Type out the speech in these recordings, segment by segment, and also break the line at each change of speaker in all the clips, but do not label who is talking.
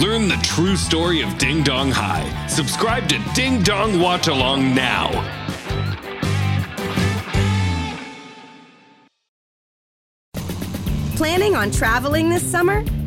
Learn the true story of Ding Dong High. Subscribe to Ding Dong Watch Along now.
Planning on traveling this summer?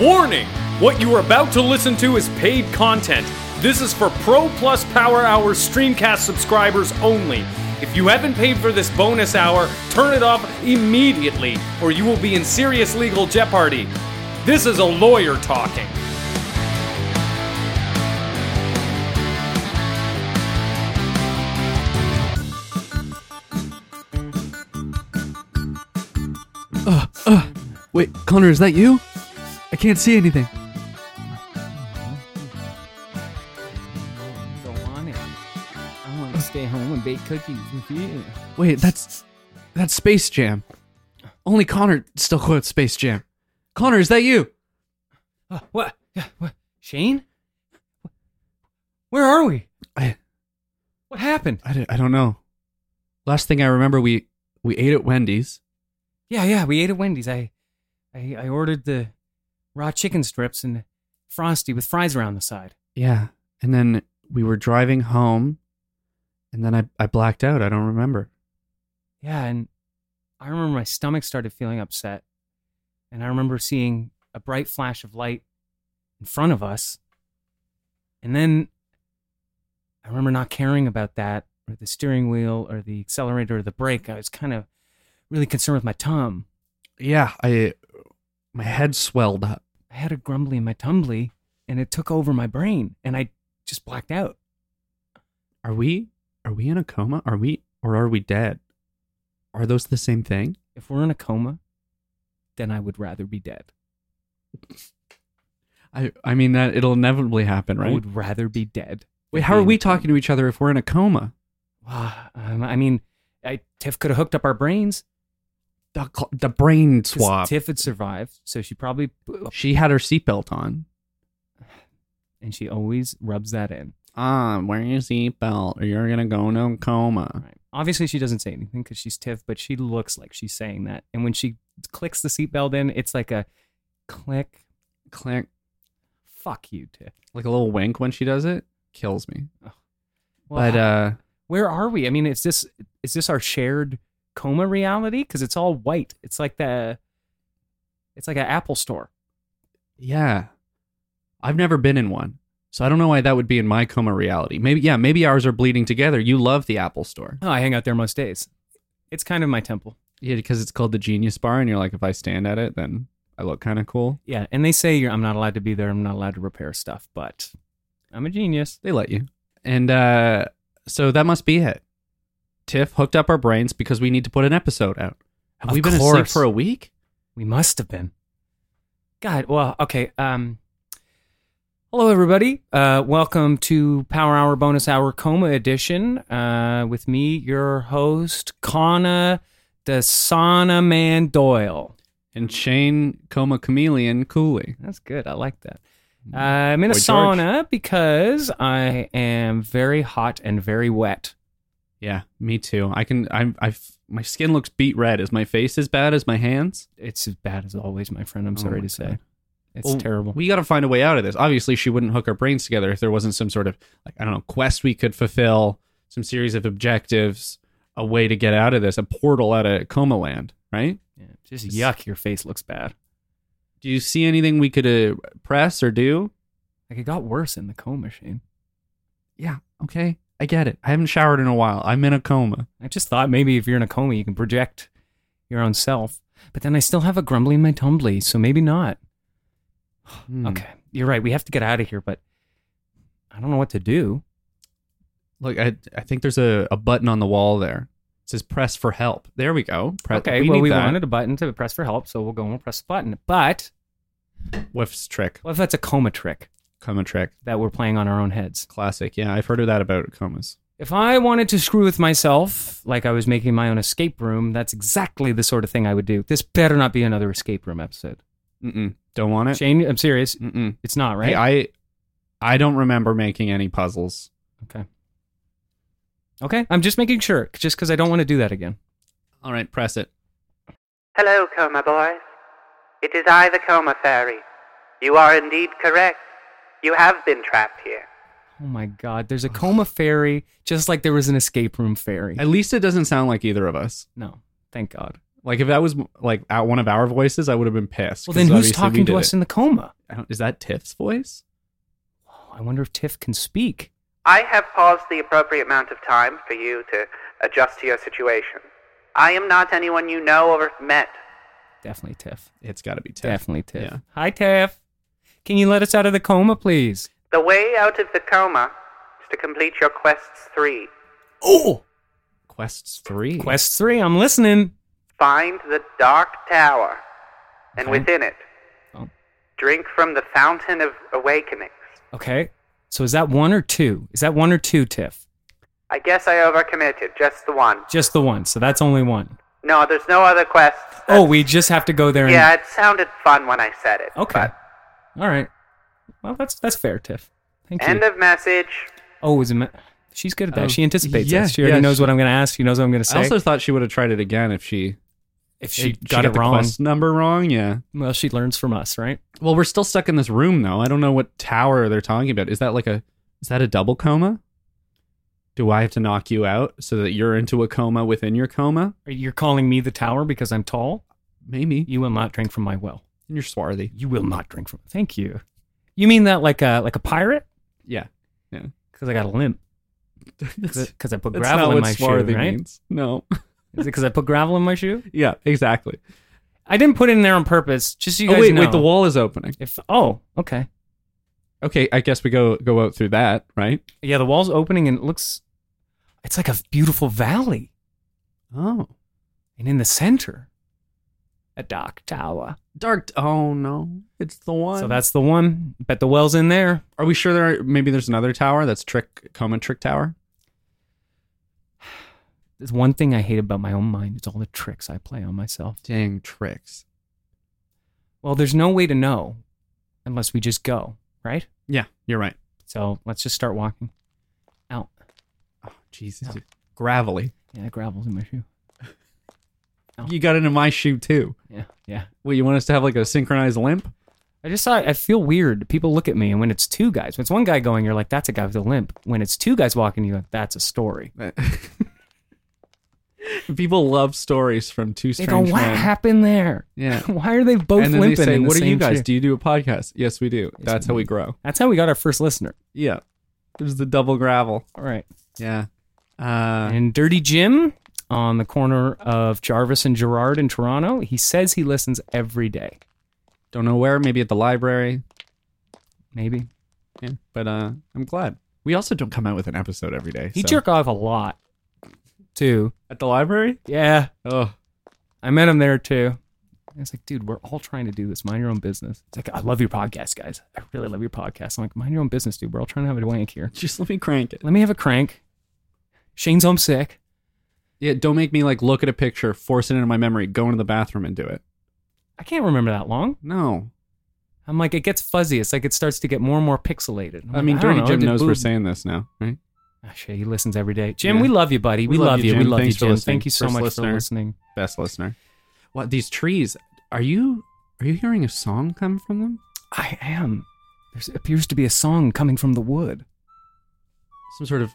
Warning! What you are about to listen to is paid content. This is for Pro Plus Power Hour Streamcast subscribers only. If you haven't paid for this bonus hour, turn it off immediately, or you will be in serious legal jeopardy. This is a lawyer talking.
Wait, Connor, is that you? I can't see anything.
Don't want it. I want to stay home and bake cookies with you.
Wait, that's that's Space Jam. Only Connor still quotes Space Jam. Connor, is that you?
Uh, what? Yeah, what? Shane? Where are we?
I
What happened?
I, don't- I don't know. Last thing I remember, we we ate at Wendy's.
Yeah, yeah, we ate at Wendy's. I, I, I ordered the raw chicken strips and frosty with fries around the side.
Yeah, and then we were driving home, and then I I blacked out. I don't remember.
Yeah, and I remember my stomach started feeling upset, and I remember seeing a bright flash of light in front of us, and then I remember not caring about that or the steering wheel or the accelerator or the brake. I was kind of really concerned with my tum.
Yeah, I my head swelled up.
I had a grumbly in my tumbly, and it took over my brain, and I just blacked out.
Are we are we in a coma? Are we or are we dead? Are those the same thing?
If we're in a coma, then I would rather be dead.
I I mean that it'll inevitably happen,
I
right?
would rather be dead.
Wait,
than
how are
be in
we
a coma.
talking to each other if we're in a coma?
Ah, um, I mean, I, Tiff could have hooked up our brains.
The, cl- the brain
'cause
swab.
Tiff had survived, so she probably
She had her seatbelt on.
and she always rubs that in.
Ah, wear your seatbelt or you're gonna go into a coma.
Right. Obviously, she doesn't say anything because she's Tiff, but she looks like she's saying that. And when she clicks the seatbelt in, it's like a click.
Click,
Fuck you, Tiff.
like a little wink when she does it, kills me.
Well,
but uh,
where are we? I mean, is this is this our shared coma reality? Because it's all white. It's like the it's like an Apple store.
yeah, I've never been in one, so I don't know why that would be in my coma reality. Maybe yeah, maybe ours are bleeding together. You love the Apple Store,
Oh, I hang out there most days. It's kind of my temple.
yeah, because it's called the Genius Bar, and you're like, if I stand at it, then I look kind of cool.
Yeah, and they say you're, I'm not allowed to be there. I'm not allowed to repair stuff, but I'm a genius.
They let you, and uh, so that must be it. Tiff hooked up our brains because we need to put an episode out. Have
Of
we been asleep
course.
for a week?
We must have been. God, well, okay. Um, hello, everybody. Uh, welcome to Power Hour Bonus Hour Coma Edition. Uh, with me, your host, Connor the Sauna Man Doyle.
and Shane Coma Chameleon Cooley.
That's good. I like that. Uh, I'm in a sauna because I am very hot and very wet.
Yeah, me too. I can. I'm. I've. My skin looks beat red. Is my face as bad as my hands?
It's as bad as always, my friend. I'm
Oh
sorry
my
to say.
God.
It's
Well,
terrible.
We got to find a way out of this. Obviously, she wouldn't hook our brains together if there wasn't some sort of like I don't know quest we could fulfill, some series of objectives, a way to get out of this, a portal out of coma land. Right?
Yeah, just yuck. Your face looks bad.
Do you see anything we could uh, press or do?
Like it got worse in the coma, Shane.
yeah, okay, I get it. I haven't showered in a while. I'm in a coma.
I just thought maybe if you're in a coma, you can project your own self. But then I still have a grumbly in my tumbly, so maybe not.
Hmm.
Okay, you're right. We have to get out of here, but I don't know what to do.
Look, I I think there's a, a button on the wall there. It says press for help. There we go. Press,
okay, well,
need
we
that.
wanted a button to press for help, so we'll go and we'll press the button. But
Whiff's trick,
what if that's a coma trick
coma trick,
that we're playing on our own heads?
classic. Yeah, I've heard of that about comas.
If I wanted to screw with myself, like I was making my own escape room, that's exactly the sort of thing I would do. This better not be another escape room episode.
Mm-mm, don't want it.
Shane, I'm serious.
Mm-mm.
It's not, right?
Uh, Hey, I I don't remember making any puzzles.
okay. Okay, I'm just making sure, just because I don't want to do that again.
All right, press it.
Hello, Coma Boys. It is I, the Coma Fairy. You are indeed correct. You have been trapped here.
Oh my God, there's a coma fairy, just like there was an escape room fairy.
At least it doesn't sound like either of us.
No, thank God.
Like if that was like out one of our voices, I would have been pissed.
Well, then
'cause
who's
obviously
talking
we
to
did
us
it.
in the coma?
I don't- Is that Tiff's voice?
Oh, I wonder if Tiff can speak.
I have paused the appropriate amount of time for you to adjust to your situation. I am not anyone you know or have met.
Definitely Tiff.
It's got to be Tiff.
Definitely Tiff.
Yeah.
Hi, Tiff. Can you let us out of the coma, please?
The way out of the coma is to complete your quests three.
Oh!
Quests three.
Quest three, I'm listening.
Find the Dark Tower, and
Okay.
within it,
Oh.
drink from the Fountain of Awakenings.
Okay. So is that one or two? Is that one or two, Tiff?
I guess I overcommitted. Just the one.
Just the one. So that's only one.
No, there's no other quests.
Oh, we just have to go there and.
Yeah, it sounded fun when I said it.
Okay. All right. Well, that's that's fair, Tiff. Thank you.
End of message.
Oh, is it? Ma- She's good at that.
Oh,
she anticipates
yeah,
us. She already
yeah,
knows
she-
what I'm going to ask. She knows what I'm going to say.
I also thought she would have tried it again if she
if she
if
got it
the
wrong,
quest number wrong. Yeah.
well, she learns from us, right?
Well, we're still stuck in this room though. I don't know what tower they're talking about. Is that like a is that a double coma? Do I have to knock you out so that you're into a coma within your coma?
Are- You're calling me the tower because I'm tall.
Maybe.
You will not drink from my well.
You're swarthy.
You will not drink from. Thank you. You mean that like a like a pirate?
Yeah.
Because I got a limp.
That's
Because I put
that's
gravel
not
in
what
my shoe,
swarthy
right?
means. No.
Is it because I put gravel in my shoe?
yeah, exactly.
I didn't put it in there on purpose. Just so you
oh
guys
wait,
know.
wait, the wall is opening.
If oh okay,
Okay, I guess we go go out through that, right?
yeah, the wall's opening and it looks. It's like a beautiful valley,
Oh.
and in the center, a dark tower.
Dark Oh no. It's the one.
So that's the one. Bet the well's in there.
Are we sure there are, maybe there's another tower that's trick coma trick tower?
There's one thing I hate about my own mind. It's all the tricks I play on myself.
Dang tricks.
Well, there's no way to know unless we just go, right?
Yeah, you're right.
So let's just start walking. Out.
Oh, Jesus. Gravelly.
Yeah, gravel's in my shoe. Oh.
You got into my shoe too.
Yeah, yeah.
Well, you want us to have like a synchronized limp?
I just thought I feel weird. People look at me, and when it's two guys, when it's one guy going, you're like, "That's a guy with a limp." When it's two guys walking, you're like, "That's a story."
People love stories from two
They
strange
go, "What
men.
happened there?
Yeah.
Why are they both
and then
limping?"
they say,
in the
"What do you
same
guys?
shoe?"
Do you do a podcast?" Yes, we do. That's how we grow.
That's how we got our first listener.
Yeah. There's the double gravel.
All right.
Yeah. Uh,
and Dirty Jim on the corner of Jarvis and Gerard in Toronto. He says he listens every day.
don't know where. Maybe at the library.
Maybe
Yeah. But uh, I'm glad. We also don't come out with an episode every day.
he
so-
jerk off a lot, too.
at the library.
Yeah,
Oh,
I met him there too. I was like, dude, we're all trying to do this. Mind your own business. It's like, I love your podcast, guys. I really love your podcast. I'm like, mind your own business, dude. We're all trying to have a wank here.
just let me crank it.
Let me have a crank. Shane's homesick.
Yeah. Don't make me like look at a picture, force it into my memory, go into the bathroom and do it.
I can't remember that long.
No.
I'm like, it gets fuzzy. It's like it starts to get more and more pixelated. I'm
I
like,
mean,
don't
Dirty
know.
Jim
Did
knows we're
boob-
saying this now, right?
Ah, shit, he listens every day. Jim,
Yeah.
we love you, buddy. We, love, you. We
Jim.
love
Thanks for
you, Jim.
listening.
Thank you so
First
much
listener.
for listening.
Best listener. What these trees? Are you are you hearing a song come from them?
I am. There appears to be a song coming from the wood.
Some sort of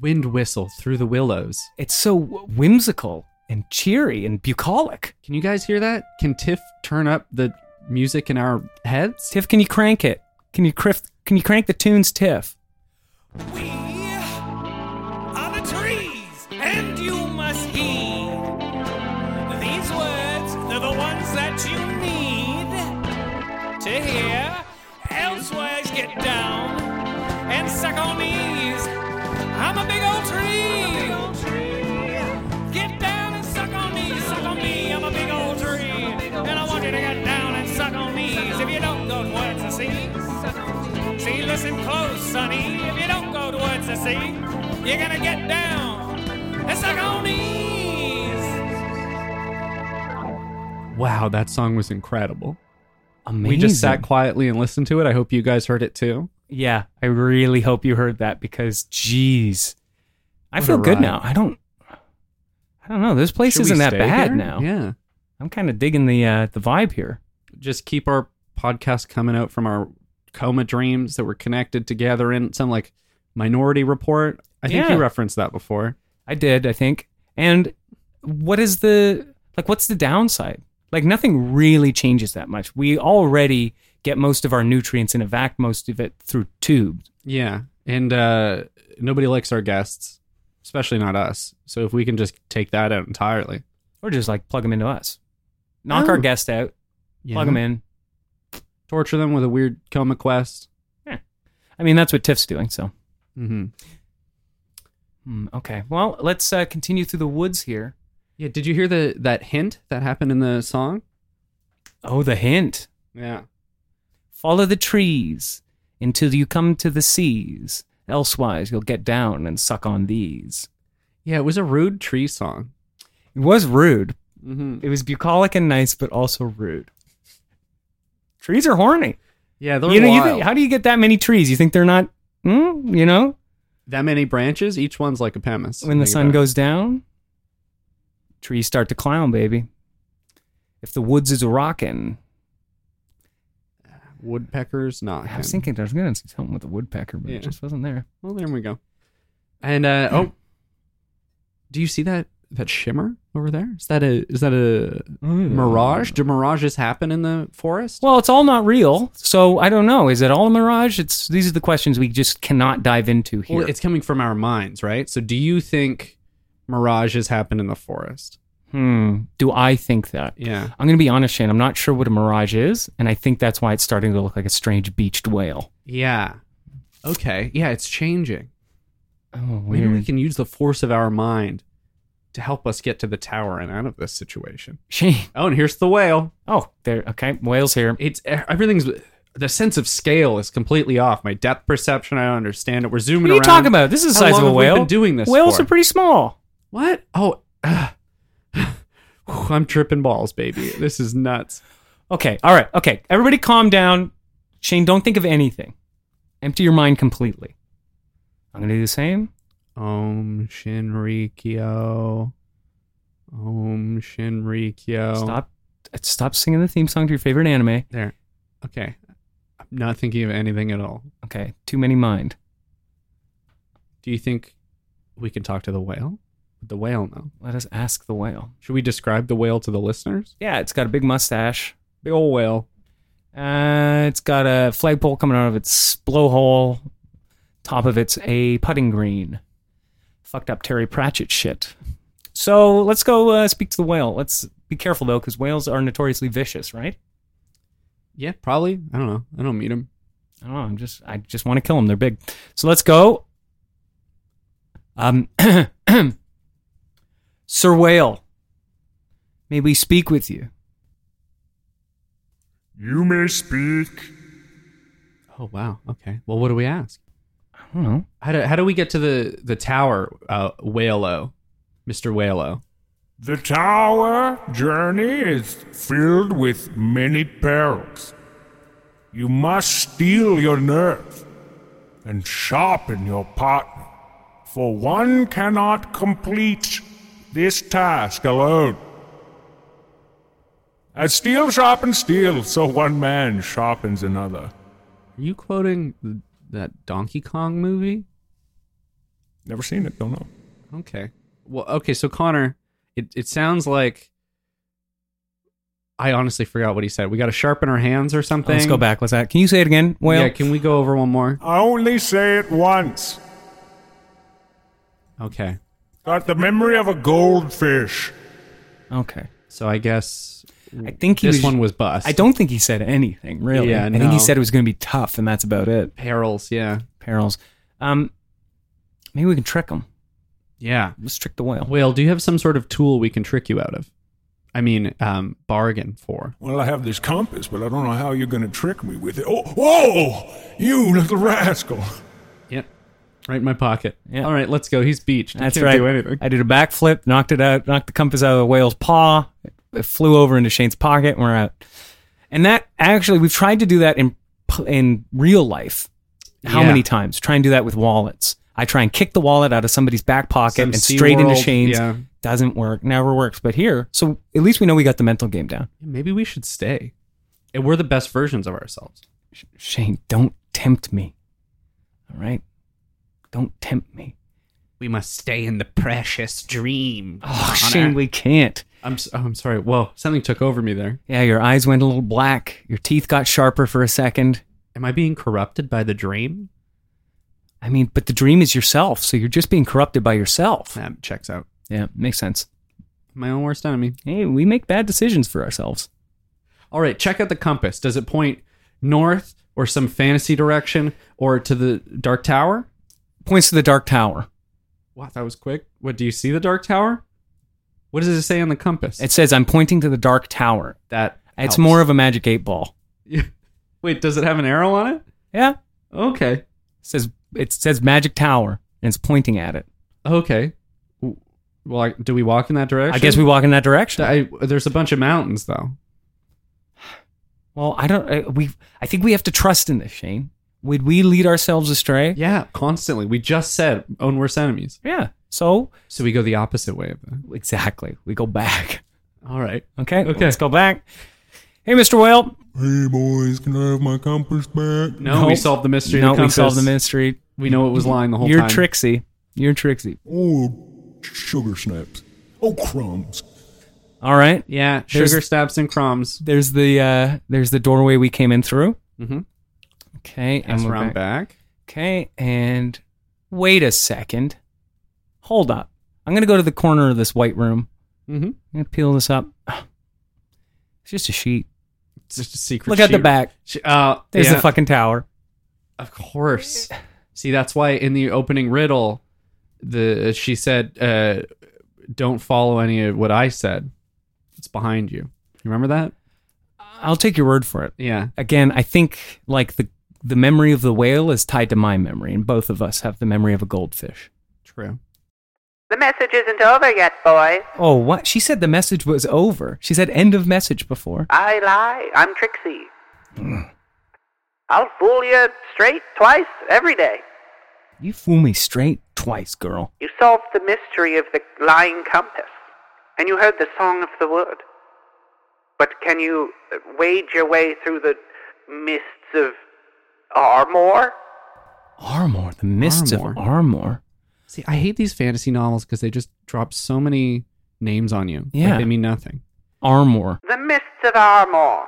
wind whistle through the willows.
It's so whimsical and cheery and bucolic.
Can you guys hear that? Can Tiff turn up the music in our heads?
Tiff, can you crank it? Can you criff, Can you crank the tunes, Tiff?
We are the trees, and you must heed these words. They're the ones that you need to hear. Elsewise, get down and suck on these. I'm a big old tree. Get down and suck on these. Suck on me. I'm a big old tree, and I want you to get down and suck on these. If you don't go towards the sea, see, listen close, sonny. If you don't go towards the sea, you're gonna get down and suck on these.
Wow, that song was incredible.
Amazing.
We just sat quietly and listened to it. I hope you guys heard it too.
Yeah, I really hope you heard that because, jeez, I
What a
feel good
ride.
now. I don't, I don't know. This place
Should we
isn't that
stay
bad
here?
now.
Yeah.
I'm kind of digging the uh, the vibe here.
Just keep our podcast coming out from our coma dreams that we're connected together in some like minority report. I think
Yeah.
you referenced that before.
I did, I think. And what is the like what's the downside? Like nothing really changes that much. We already get most of our nutrients and evac most of it through tubes.
Yeah. And uh nobody likes our guests, especially not us. So if we can just take that out entirely.
Or just like plug them into us. Knock our
Oh.
guest out, plug them in.
Torture them with a weird coma quest.
I mean, that's what Tiff's doing, so.
Mm-hmm.
Hmm, okay. Well, let's uh, continue through the woods here.
Yeah, did you hear the that hint that happened in the song?
Oh, the hint.
Yeah.
Follow the trees until you come to the seas. Elsewise, you'll get down and suck on these.
Yeah, it was a rude tree song.
It was rude,
Mm-hmm.
It was bucolic and nice, but also rude. Trees are horny.
Yeah, they're
you know, you
wild.
think, how do you get that many trees? You think they're not, mm, you know,
that many branches, each one's like a pemiss.
when the
Think
sun
about it.
goes down? Trees start to clown, baby. If the woods is rockin',
woodpeckers not.
I was thinking I was going to something with a woodpecker, but
Yeah.
it just wasn't there.
Well, there we go. And uh oh, do you see that that shimmer over there? Is that a is that a mirage? Do mirages happen in the forest?
Well, it's all not real, so I don't know. Is it all a mirage? It's these are the questions we just cannot dive into here.
Well, it's coming from our minds, right? So, do you think mirages happen in the forest?
hmm. Do I think that?
Yeah.
I'm going to be honest, Shane. I'm not sure what a mirage is, and I think that's why it's starting to look like a strange beached whale.
Yeah. Okay. Yeah, it's changing.
Oh,
Maybe we
weird.
can use the force of our mind to help us get to the tower and out of this situation.
Shane.
Oh, and here's the whale.
Oh, there. Okay, whale's here.
It's e, everything's the sense of scale is completely off. My depth perception, I don't understand it. We're zooming
What are you
around.
talking about? This is the
How long
size of a
have we
whale.
been doing this
Whales
for?
are pretty small.
What? Oh. ah. Whew, I'm tripping balls, baby. This is nuts.
Okay. All right. Okay. Everybody, calm down. Shane, don't think of anything. Empty your mind completely. I'm gonna do the same.
Om Shinrikyo. Om Shinrikyo.
Stop. Stop singing the theme song to your favorite anime.
There. Okay. I'm not thinking of anything at all.
Okay. Too many mind.
Do you think we can talk to the whale? The whale, no.
Let us ask the whale.
Should we describe the whale to the listeners?
Yeah, it's got a big mustache.
Big old whale.
Uh, it's got a flagpole coming out of its blowhole. Top of it's a putting green. Fucked up Terry Pratchett shit. So let's go uh, speak to the whale. Let's be careful though, because whales are notoriously vicious, right?
Yeah, probably. I don't know. I don't meet him.
I don't know. I'm just I just want to kill them. They're big. So let's go. Um, Sir Whale, may we speak with you?
You may speak.
Oh, wow. Okay. Well, what do we ask?
I don't know.
How do, how do we get to the, the tower, uh, Whale-O? Mr. Whale-O.
The tower journey is filled with many perils. You must steel your nerve and sharpen your partner, for one cannot complete this task alone. As steel sharpens steel, so one man sharpens another.
Are you quoting th- that Donkey Kong movie?
Never seen it, don't know.
Okay. Well, okay. So Connor, it, it sounds like I honestly forgot what he said. We got to sharpen our hands or something.
Let's go back. What's that? Can you say it again? Well,
Yeah, can we go over one more?
I only say it once.
Okay.
Got the memory of a goldfish.
okay.
So I guess
I think he
this
was,
one was bust.
I don't think he said anything really.
Yeah,
I think
no.
he said it was going to be tough, and that's about it.
perils. Yeah,
Perils. Um, maybe we can trick him.
yeah.
Let's trick the whale.
Whale, do you have some sort of tool we can trick you out of? I mean, um, bargain for.
Well, I have this compass, but I don't know how you're going to trick me with it. Oh, whoa! You little rascal.
Yep. Right in my pocket.
Yeah.
All right, let's go. He's beached. He
That's
can't
right.
Do anything.
I did a backflip, knocked it out, knocked the compass out of the whale's paw. It flew over into Shane's pocket, and we're out. And that actually, we've tried to do that in p- in real life. How
Yeah.
many times? Try and do that with wallets. I try and kick the wallet out of somebody's back pocket
Some
and straight into
SeaWorld,
Shane's.
yeah.
Doesn't work. Never works. But here, so at least we know we got the mental game down.
Maybe we should stay. And we're the best versions of ourselves.
Shane, don't tempt me. All right? Don't tempt me.
We must stay in the precious dream.
Oh, Shane, we can't.
I'm s- oh, I'm sorry. Whoa, something took over me there.
Yeah, your eyes went a little black. Your teeth got sharper for a second.
Am I being corrupted by the dream?
I mean, but the dream is yourself, so you're just being corrupted by yourself. Yeah,
That checks out.
makes sense.
My own worst enemy.
Hey, we make bad decisions for ourselves.
All right, check out the compass. Does it point north or some fantasy direction or to the Dark Tower?
Points to the Dark Tower.
Wow, that was quick. What do you see the Dark Tower? What does it say on the compass?
It says, I'm pointing to the Dark Tower.
that.
It's more of a magic eight ball.
Wait, does it have an arrow on it?
Yeah. It
Okay.
says, it says Magic Tower, and it's pointing at it.
Okay. W- Well, I, do we walk in that direction?
I guess we walk in that direction.
I, there's a bunch of mountains though.
Well, I don't. I, we. I think we have to trust in this, Shane. Would we lead ourselves astray?
Yeah, constantly. We just said own worst enemies.
Yeah. So
So we go the opposite way of that.
exactly, we go back.
All right.
Okay.
Okay.
Let's go back. Hey, Mr. Whale.
Hey, boys, can I have my compass back?
No, we solved the mystery.
No,
of the
we
compass.
solved the mystery.
We know it was lying the whole
You're
time.
Trixie. You're Trixie.
Oh, sugar snaps. Oh, crumbs.
All right.
Yeah,
There's-
sugar snaps and crumbs.
There's the uh there's the doorway we came in through.
Mhm.
Okay.
Pass
and we're
around back.
Okay. And wait a second. Hold up. I'm gonna go to the corner of this white room.
Mm-hmm.
I'm gonna peel this up. It's just a sheet.
It's just a secret.
Look at the
sheet.
back.
She- Uh,
There's
yeah,
the fucking tower.
Of course. See, that's why in the opening riddle, the she said, uh, "Don't follow any of what I said. It's behind you." You remember that?
I'll take your word for it.
Yeah.
Again, I think like the the memory of the whale is tied to my memory, and both of us have the memory of a goldfish.
True.
The message isn't over yet, boys.
Oh, what? She said the message was over. She said end of message before.
I lie. I'm Trixie. I'll fool you straight twice every day.
You fool me straight twice, girl.
You solved the mystery of the lying compass, and you heard the song of the wood. But can you uh, wade your way through the mists of Armor?
Armor, the mists
Armor.
of Armor.
See, I hate these fantasy novels because they just drop so many names on you. Like,
Yeah.
they mean nothing.
Armor.
The mists of Armor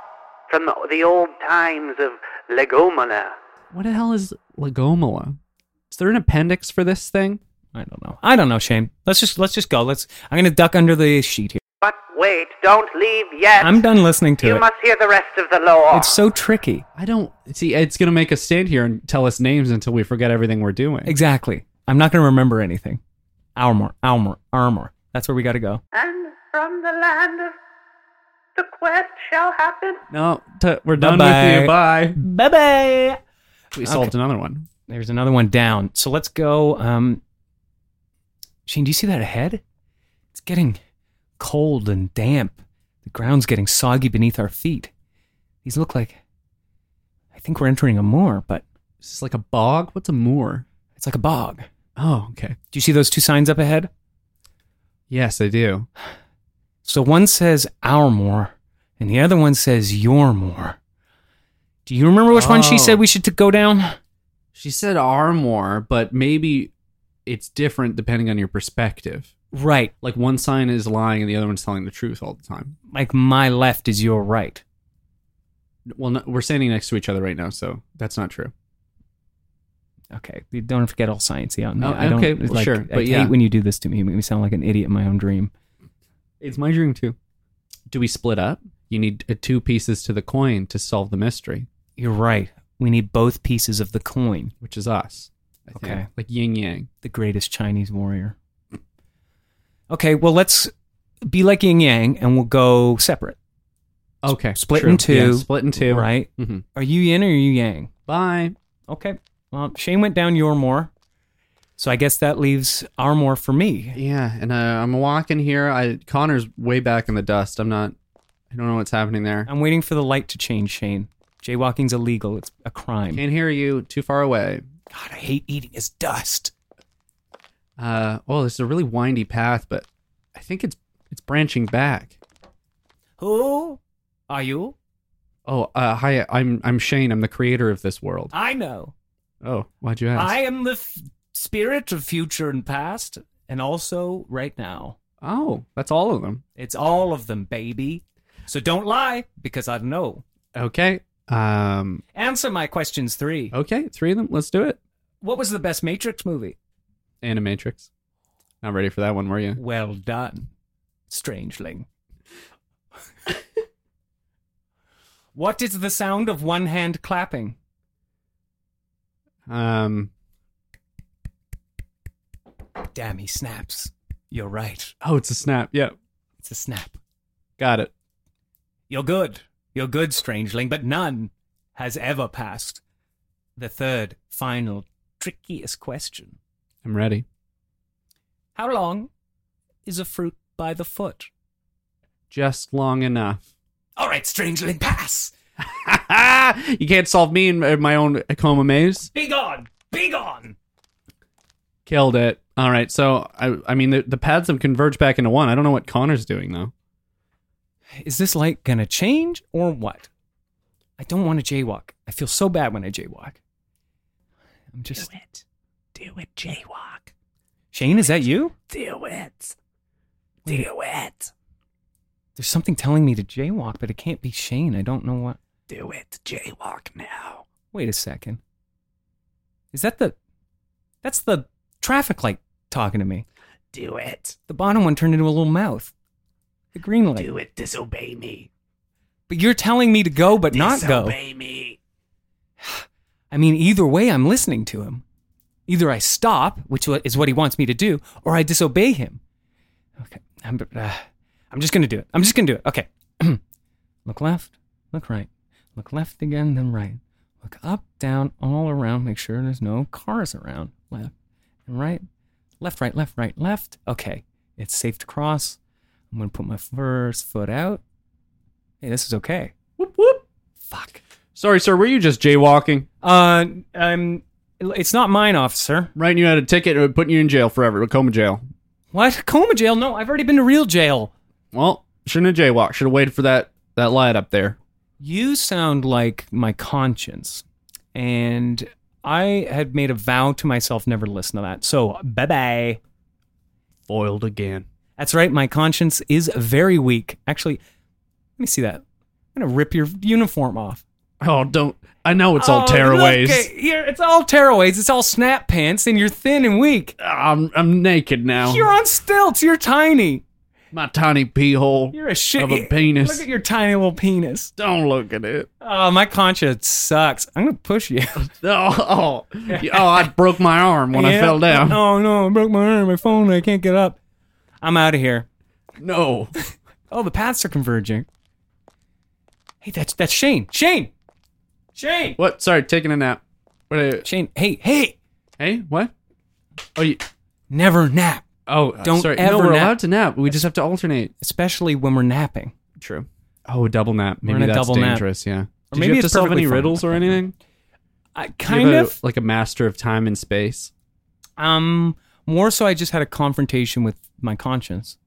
from the, the old times of Legomena.
What the hell is Legomola? Is there an appendix for this thing?
I don't know. I don't know, Shane. Let's just let's just go. Let's. I'm gonna duck under the sheet here.
But wait, don't leave yet.
I'm done listening to
you
it.
must hear the rest of the lore.
It's so tricky.
I don't see. It's gonna make us stand here and tell us names until we forget everything we're doing.
Exactly. I'm not gonna remember anything. Armor, armor, armor. That's where we gotta go.
and from the land of the quest shall happen.
No, t- we're done with you. Bye.
Bye bye.
We solved another one.
There's another one down. So let's go. Um, Shane, do you see that ahead? It's getting cold and damp. The ground's getting soggy beneath our feet. These look like. I think we're entering a moor, but
Is this like a bog? What's a moor?
it's like a bog. Do
Oh, okay.
you see those two signs up ahead?
Yes, I do.
So one says our moor, and the other one says your moor. Do you remember which one she
Oh.
said we should t- go down?
She said Armor, but maybe it's different depending on your perspective.
Right.
Like one sign is lying and the other one's telling the truth all the time.
Like my left is your right.
Well, no, we're standing next to each other right now, so that's not true.
Okay. You don't have to get all sciencey on me.
Oh,
I don't,
okay,
it's
well, sure,
I
but
hate
yeah.
when you do this to me. You make me sound like an idiot in my own dream.
It's my dream too. Do we split up? You need uh, two pieces to the coin to solve the mystery,
You're right. We need both pieces of the coin.
which is us. I think.
Okay.
Like yin yang.
The greatest Chinese warrior. Okay. Well, let's be like yin yang, and we'll go separate.
Okay.
split in
true. Yeah,
two, Mm-hmm.
split in two.
Right.
hmm
Are you yin or are you yang?
Bye.
Okay. Well, Shane went down your more. So I guess that leaves our more for me.
Yeah, and uh, I'm walking here. I Connor's way back in the dust. I'm not. I don't know what's happening there.
I'm waiting for the light to change, Shane. Jaywalking's illegal. It's a crime.
Can't hear you. Too far away.
God, I hate eating his dust.
Uh, oh, this is a really windy path, but I think it's it's branching back.
Who are you?
Oh, uh, hi. I'm I'm Shane. I'm the creator of this world.
I know.
Oh, why'd you ask?
am the f- spirit of future and past, and also right now.
oh, that's all of them.
It's all of them, baby. So don't lie, because I know.
Okay. Um.
Answer my questions three.
Okay. Three of them. Let's do it.
What was the best Matrix movie?
Animatrix. Not ready for that one, were you?
Well done, strangeling. what is the sound of one hand clapping?
Um.
Damn, he snaps. You're right.
Oh, it's a snap. Yeah.
It's a snap.
Got it.
You're good. You're good, strangeling, but none has ever passed. The third, final, trickiest question.
I'm ready.
How long is a fruit by the foot?
Just long enough.
All right, strangeling, pass.
you can't solve me in in my own coma maze.
Be gone. Be gone.
Killed it. All right, so I, I mean, the, the paths have converged back into one. I don't know what Connor's doing though.
is this light gonna change or what? I don't want to jaywalk. I feel so bad when I jaywalk. I'm just do it, do it, jaywalk. Shane, is that you? Do it, do it. There's something telling me to jaywalk, but it can't be Shane. I don't know what. Do it, jaywalk now. Wait a second. Is that the? That's the traffic light talking to me. Do it. The bottom one turned into a little mouth. The green light. Do it. Disobey me. But you're telling me to go, but not go. Disobey me. I mean, either way, I'm listening to him. Either I stop, which wa- is what he wants me to do, or I disobey him. Okay, I'm, uh, I'm just gonna do it. I'm just gonna do it. Okay. look left, look right, look left again, then right. Look up, down, all around. Make sure there's no cars around. Left and right, left, right, left, right, left. Okay, it's safe to cross. I'm gonna put my first foot out. Hey, this is okay.
Whoop whoop.
Fuck.
Sorry, sir. Were you just jaywalking?
Uh, um, it's not mine, officer.
Writing you out a ticket and putting you in jail forever, coma jail.
What? Coma jail? No, I've already been to real jail.
Well, shouldn't have jaywalked. Should have waited for that that light up there.
You sound like my conscience, and I had made a vow to myself never to listen to that. So bye bye.
Foiled again.
That's right. My conscience is very weak. Actually, let me see that. I'm gonna rip your uniform off.
Oh, don't. I know it's all
Oh,
tearaways.
look at- you're- It's all tearaways. It's all snap pants, and you're thin and weak.
I'm I'm naked now.
You're on stilts. You're tiny.
My tiny pee hole.
You're a shit
Of a penis.
Look at your tiny little penis.
Don't look at it.
Oh, my conscience sucks. I'm gonna push you.
Oh, oh, oh I broke my arm when I
Yeah.
fell down.
Oh no, I broke my arm, my phone. I can't get up. I'm out of here.
No.
Oh, the paths are converging. Hey, that's that's Shane. Shane. Shane.
What? Sorry, taking a nap. What? Are,
Shane. Hey, hey.
hey, what? Oh, you,
Never nap,
Oh,
Uh, Don't
sorry.
ever
no, we're
nap.
allowed to nap. We just have to alternate.
especially when we're napping.
True. Oh, double nap.
We're in
Maybe
a
that's
double nap.
dangerous. Yeah. Did
maybe
you have to
it's
solve
perfectly
any
fine.
riddles or anything?
I
Do you
kind
have a-
of.
like a master of time and space.
um, more so, I just had a confrontation with my conscience.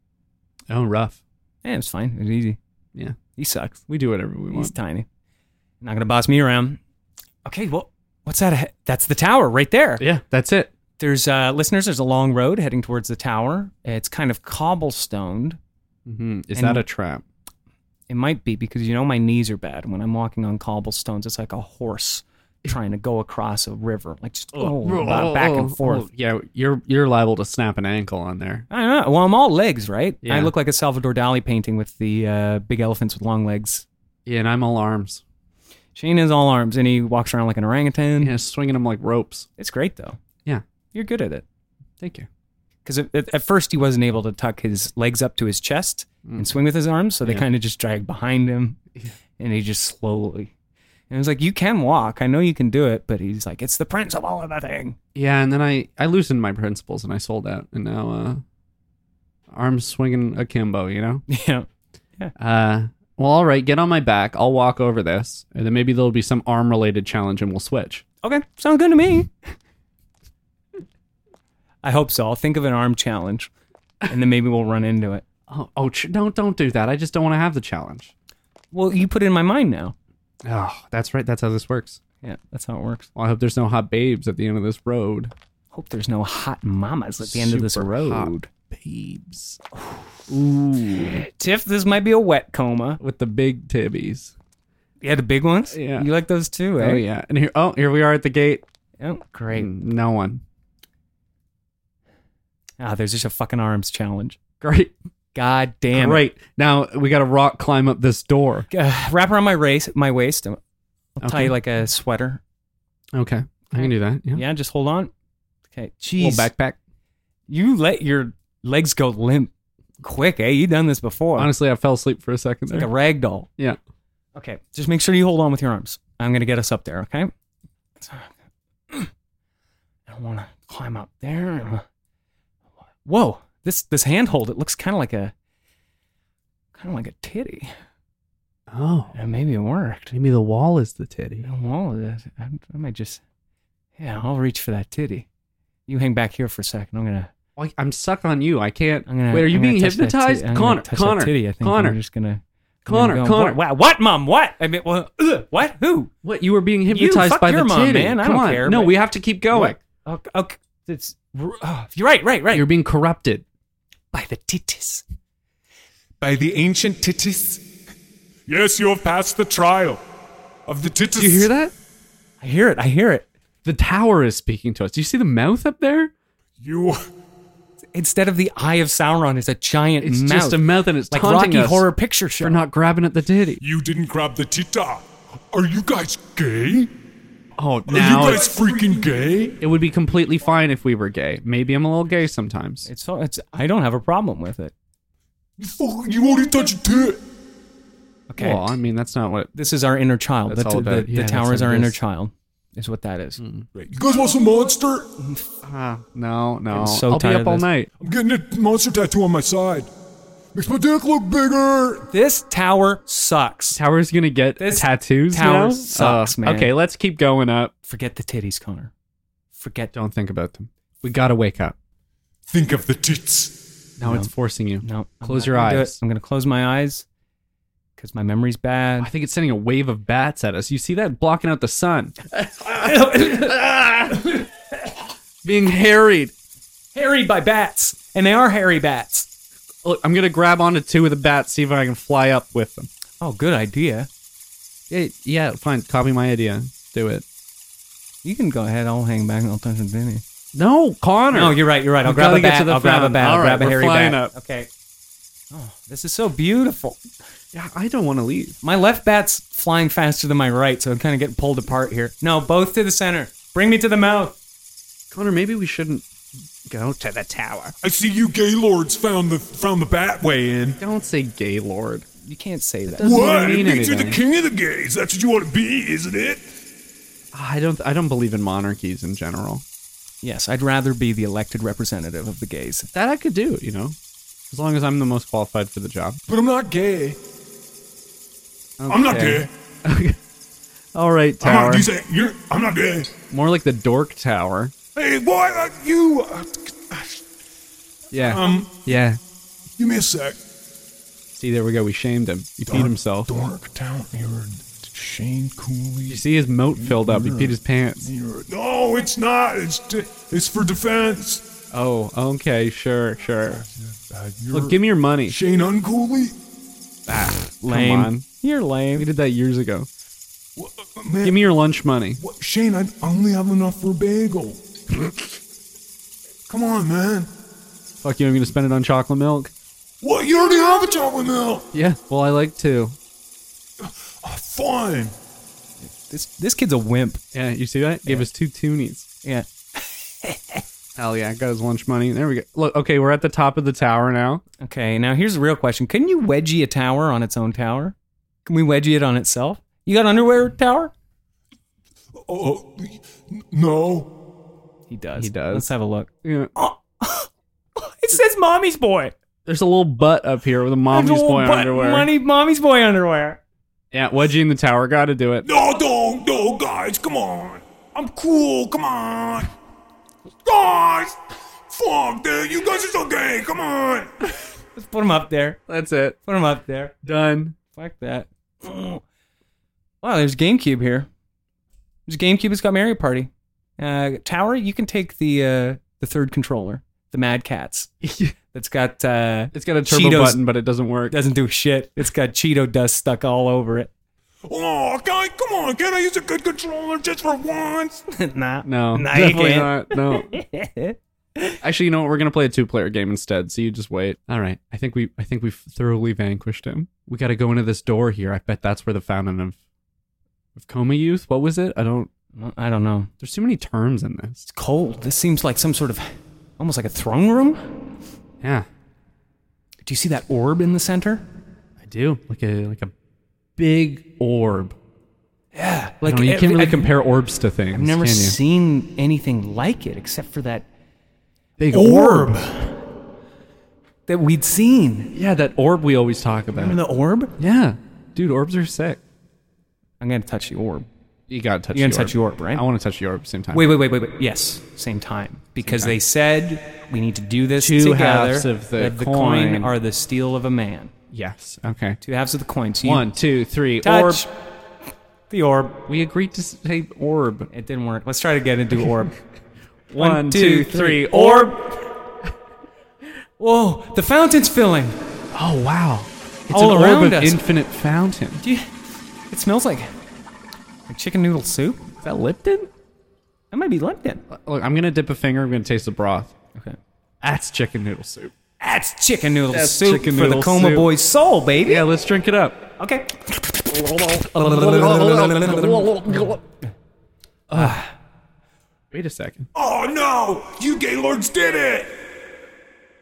Oh, rough.
Yeah, it's fine. It's easy.
Yeah.
He sucks.
We do whatever we
He's
want.
tiny. Not gonna boss me around. Okay, well, what's that? ahe- That's the tower right there.
yeah, that's it.
There's uh, listeners. There's a long road heading towards the tower. It's kind of cobblestoned.
hmm Is
And-
that a trap?
It might be because you know my knees are bad when I'm walking on cobblestones. It's like a horse trying to go across a river, like just oh, ba- back and forth.
Oh, yeah, you're you're liable to snap an ankle on there.
I don't know. Well, I'm all legs, right?
Yeah.
I look like a Salvador Dali painting with the uh, big elephants with long legs.
Yeah, and I'm all arms.
Shane is all arms, and he walks around like an orangutan.
Yeah, swinging them like ropes.
It's great though.
Yeah,
You're good at it.
thank you.
because at, at at first he wasn't able to tuck his legs up to his chest and swing with his arms, so they
Mm. Yeah.
kind of just dragged behind him, and he just slowly. And it was like, "You can walk. I know you can do it," but he's like, "It's the principle of the thing."
Yeah, and then I I loosened my principles and I sold out, and now uh, arms swinging akimbo. You know.
Yeah,
Uh, well, all right, get on my back. I'll walk over this, and then maybe there'll be some arm related challenge, and we'll switch.
okay, sounds good to me. I hope so. I'll think of an arm challenge, and then maybe we'll run into it.
Oh, oh ch- don't don't do that. I just don't want to have the challenge.
Well, you put it in my mind now.
Oh, that's right. That's how this works.
Yeah, that's how it works.
Well, I hope there's no hot babes at the end of this road.
Hope there's no hot mamas at the end of this
Super
road.
hot babes
Tiff, this might be a wet coma.
with the big tibbies.
Yeah, the big ones.
Yeah.
you like those too, eh?
Oh yeah, and here oh here we are at the gate.
Oh, great.
No one.
Ah, there's just a fucking arms challenge.
Great,
God damn. it.
great. Now we got to rock climb up this door.
Uh, wrap around my race, my waist. I'll tie
Okay.
you like a sweater.
Okay, I can do that. Yeah,
Yeah, just hold on. Okay.
little
Jeez.
backpack.
You let your legs go limp quick, eh? You done this before.
Honestly, I fell asleep for a second
It's like
there.
a rag doll.
yeah.
Okay. Just make sure you hold on with your arms. I'm gonna get us up there, okay? I wanna climb up there. Whoa. This this handhold, it looks kinda like a kinda like a titty.
Oh,
And maybe it worked.
maybe the wall is the titty.
No wall. that- uh, I, I might just, yeah, I'll reach for that titty. You hang back here for a second. I'm gonna.
Well, I'm stuck on you. I can't.
I'm gonna
Wait, are you
I'm
being
gonna touch that
hypnotized?
titty- I'm gonna
Connor,
touch that
Connor,
titty, I think.
Connor,
I'm just gonna.
Connor,
I'm gonna go,
Connor.
What, what, mom? What? I mean, well, ugh, what? Who?
What you were being
fuck
hypnotized by
your
the
mom,
titty?
man. I
Come
don't
on.
care,
No,
but-
we have to keep going.
Okay, okay, it's. oh, you're right, right, right.
You're being corrupted.
by the titties.
By the ancient Titis.
Yes, you have passed the trial of the titus.
Do you hear that?
I hear it. I hear it.
The tower is speaking to us. Do you see the mouth up there?
You
Instead of the eye of Sauron, it's a giant
It's
mouth.
just a mouth, and it's
like
taunting
Rocky
us
Horror Picture Show.
for not grabbing at the titty.
you didn't grab the tita. Are you guys gay?
Oh,
Are
now
you guys freaking gay?
it would be completely fine if we were gay. Maybe I'm a little gay sometimes.
it's, so- it's. I don't have a problem with it.
Oh, you won't even touch a tit.
Okay.
Well, I mean, that's not what.
this is our inner child.
That's
the,
all
the-
about-
the
yeah, that's
tower is
what
our
it
inner
is. Hmm.
child. Is what that is.
You guys want some monster?
Ah, no, no.
I'm so
I'll
tired
be up
of
all
this.
night.
I'm getting a monster tattoo on my side. Makes my dick look bigger.
This tower sucks.
Tower's gonna get
This
tattoos
tower
now?
sucks,
Uh,
man.
Okay, let's keep going up.
Forget the titties, Connor. Forget them.
Don't think about them. We gotta wake up.
Think of the tits.
Now it's forcing you.
No. I'm
Close
not
your
gonna do it.
eyes.
I'm going to close my eyes because my memory's
I
bad.
think it's sending a wave of bats at us. You see that blocking out the sun. Being harried.
harried by bats. And they are hairy bats.
Look, I'm gonna grab onto two of the bats, see if I can fly up with them.
Oh, good idea.
Yeah, yeah, fine. Copy my idea. Do it.
You can go ahead. I'll hang back and I'll touch the titty.
No, Connor.
No, you're right. You're right. I'll
We've
grab
gotta
a
get
bat.
to the
I'll grab a
fountain.
bat. I'll
All
grab
right,
a
we're
hairy
flying
bat.
up.
Okay. Oh, this is so beautiful.
Yeah, I don't want to leave.
My left bat's flying faster than my right, so I'm kind of getting pulled apart here. No, both to the center. Bring me to the mouth.
Connor, maybe we shouldn't go to the tower.
I see you gay lords found the found the bat way in.
Don't say gay lord.
You can't say that.
Doesn't
What?
mean
it means you're the
anything.
king of the gays. That's what you want to be, isn't it?
I don't. I don't believe in monarchies in general.
Yes, I'd rather be the elected representative of the gays.
That I could do. You know, as long as I'm the most qualified for the job.
But I'm not gay. I'm not
Okay.
gay.
All right,
I'm
tower.
not. You say you're. I'm not gay.
More like the dork tower.
Hey, boy, uh, you. Uh,
Yeah.
um,
yeah.
give me a sec.
See, there we go. We shamed him. He peed himself.
Dork town. You're in the Shane Cooley.
You see his moat filled up. He peed his pants.
You're- No, it's not. It's d- it's for defense.
Oh, okay, sure, sure.
Uh, you're
Look, give me your money.
Shane Uncooley.
Lame.
Come on. You're lame. We did that years ago.
Wha- uh, Man,
Give me your lunch money.
what, Shane, I I only have enough for a bagel. Come on, man.
Fuck you, I'm gonna spend it on chocolate milk.
What? You already have a chocolate milk.
Yeah, well, I like to.
Ah, fine.
This this kid's a wimp.
Yeah, you see that? Gave us two toonies.
Yeah.
Hell yeah, got his lunch money. There we go. Look, okay, we're at the top of the tower now.
Okay, now here's a real question. Can you wedgie a tower on its own tower? Can we wedgie it on itself? You got underwear tower?
Oh, n- no.
He does.
He does.
Let's have a look.
Yeah.
It says mommy's boy.
There's a little butt up here with a mommy's
There's a
boy
little butt-
underwear.
Money, mommy's boy underwear.
Yeah, wedgie in the tower. Gotta do it.
No, don't, no, guys, come on. I'm cool, come on. Guys, fuck, dude, you guys are so gay, come on.
Let's put him up there.
That's it.
Put him up there.
Done.
Fuck that. Wow, there's GameCube here. There's GameCube. It's got Mario Party. Uh, Tower, you can take the uh, the third controller, the Mad Cats. That's got uh,
It's got a turbo
Cheetos-
button, but it doesn't work.
doesn't do shit. It's got Cheeto dust stuck all over it.
Oh, guy, come on, can I use a good controller just for once?
nah,
No,
Nah, you
definitely
can't.
not. No. Actually, you know what? We're gonna play a two-player game instead. So you just wait. All right. I think we, I think we've thoroughly vanquished him. We got to go into this door here. I bet that's where the fountain of, of coma youth. What was it? I don't.
I don't know.
There's too many terms in this.
It's cold. This seems like some sort of, almost like a throne room.
Yeah,
Do you see that orb in the center?
I do. Like a like a big orb.
Like
No, you
every-
can't really
I've-
compare orbs to things.
I've never
can you?
seen anything like it except for that
big
orb that we'd seen.
Yeah, that orb we always talk about.
Remember the orb?
yeah, dude, orbs are sick.
I'm gonna touch the orb.
You gotta touch.
You're
the
gonna touch the orb, right?
I want to touch the orb at the same time.
Wait, wait, wait, wait, wait. Yes, same time because they said we need to do this
Two
together.
halves of the
that the
coin.
coin are the steel of a man.
Yes. Okay.
Two halves of the coin. So you
One, two, three. Orb.
touch the orb.
We agreed to say orb.
It didn't work. Let's try to get into orb.
One, two, three.
Orb. Whoa! The fountain's filling.
Oh wow! It's
All
an orb
around
of
us.
infinite fountain.
Do you- It smells like, like chicken noodle soup.
Is that Lipton?
That might be Lipton.
Look, I'm gonna dip a finger. I'm gonna taste the broth.
Okay.
That's chicken noodle soup.
That's chicken noodle
That's
soup
chicken
for
noodle
the coma
soup.
boy's soul, baby.
Yeah, let's drink it up.
Okay.
Wait a second.
Oh, no, you gay lords did it.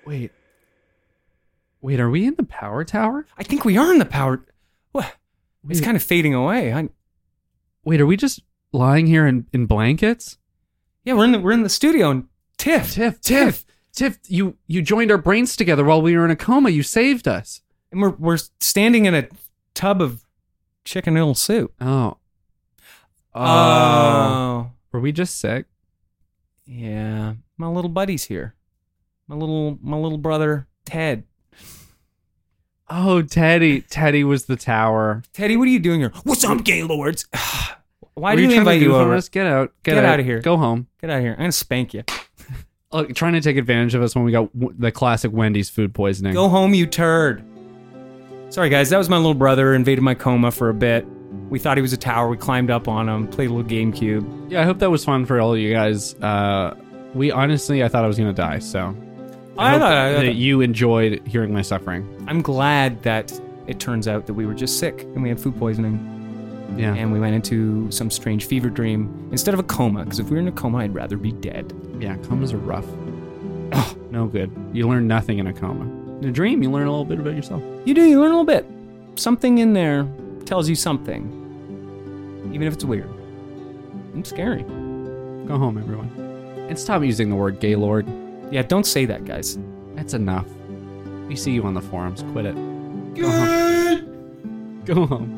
Wait. Wait, are we in the power tower?
I think we are in the power. What? It's kind of fading away. I,
Wait, are we just lying here in, in blankets?
yeah, we're in the we're in the studio and Tiff,
Tiff, Tiff, Tiff, you you joined our brains together while we were in a coma. You saved us.
and we're we're standing in a tub of chicken noodle soup.
Oh.
Oh,
Were we just sick?
yeah. My little buddy's here. My little my little brother Ted.
Oh, Teddy. Teddy was the tower.
Teddy, what are you doing here? What's up, gay lords? Why
Were
do
you
you
trying to
invite you
goof on
over?
Us? Get out. Get,
Get
out
outta here.
Go home.
Get out of here! I'm gonna spank you.
Look, trying to take advantage of us when we got w- the classic Wendy's food poisoning.
Go home, you turd. Sorry, guys. That was my little brother. Invaded my coma for a bit. We thought he was a tower. We climbed up on him, played a little GameCube.
Yeah, I hope that was fun for all you guys. Uh, we honestly, I thought I was gonna die. So
I
hope
thought, I
that
thought-
you enjoyed hearing my suffering.
I'm glad that it turns out that we were just sick and we had food poisoning
Yeah.
and we went into some strange fever dream instead of a coma. Because if we were in a coma, I'd rather be dead.
Yeah, comas are rough. no good. You learn nothing in a coma. In a dream, you learn a little bit about yourself.
You do. You learn a little bit. Something in there tells you something, even if it's weird and scary.
Go home, everyone. And stop using the word gaylord.
Yeah, don't say that, guys.
That's enough. We see you on the forums. Quit it. Go home. Go home.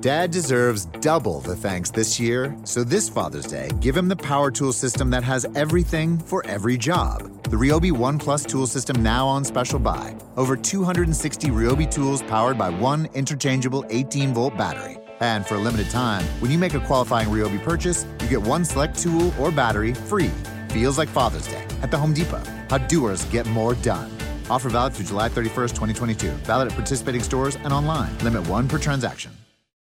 Dad deserves double the thanks this year, so this Father's Day, give him the power tool system that has everything for every job. The Ryobi One Plus tool system now on special buy. Over 260 Ryobi tools powered by one interchangeable 18 volt battery. And for a limited time, when you make a qualifying Ryobi purchase, you get one select tool or battery free. Feels like Father's Day at the Home Depot. How doers get more done. Offer valid through July 31st, 2022. Valid at participating stores and online. Limit one per transaction.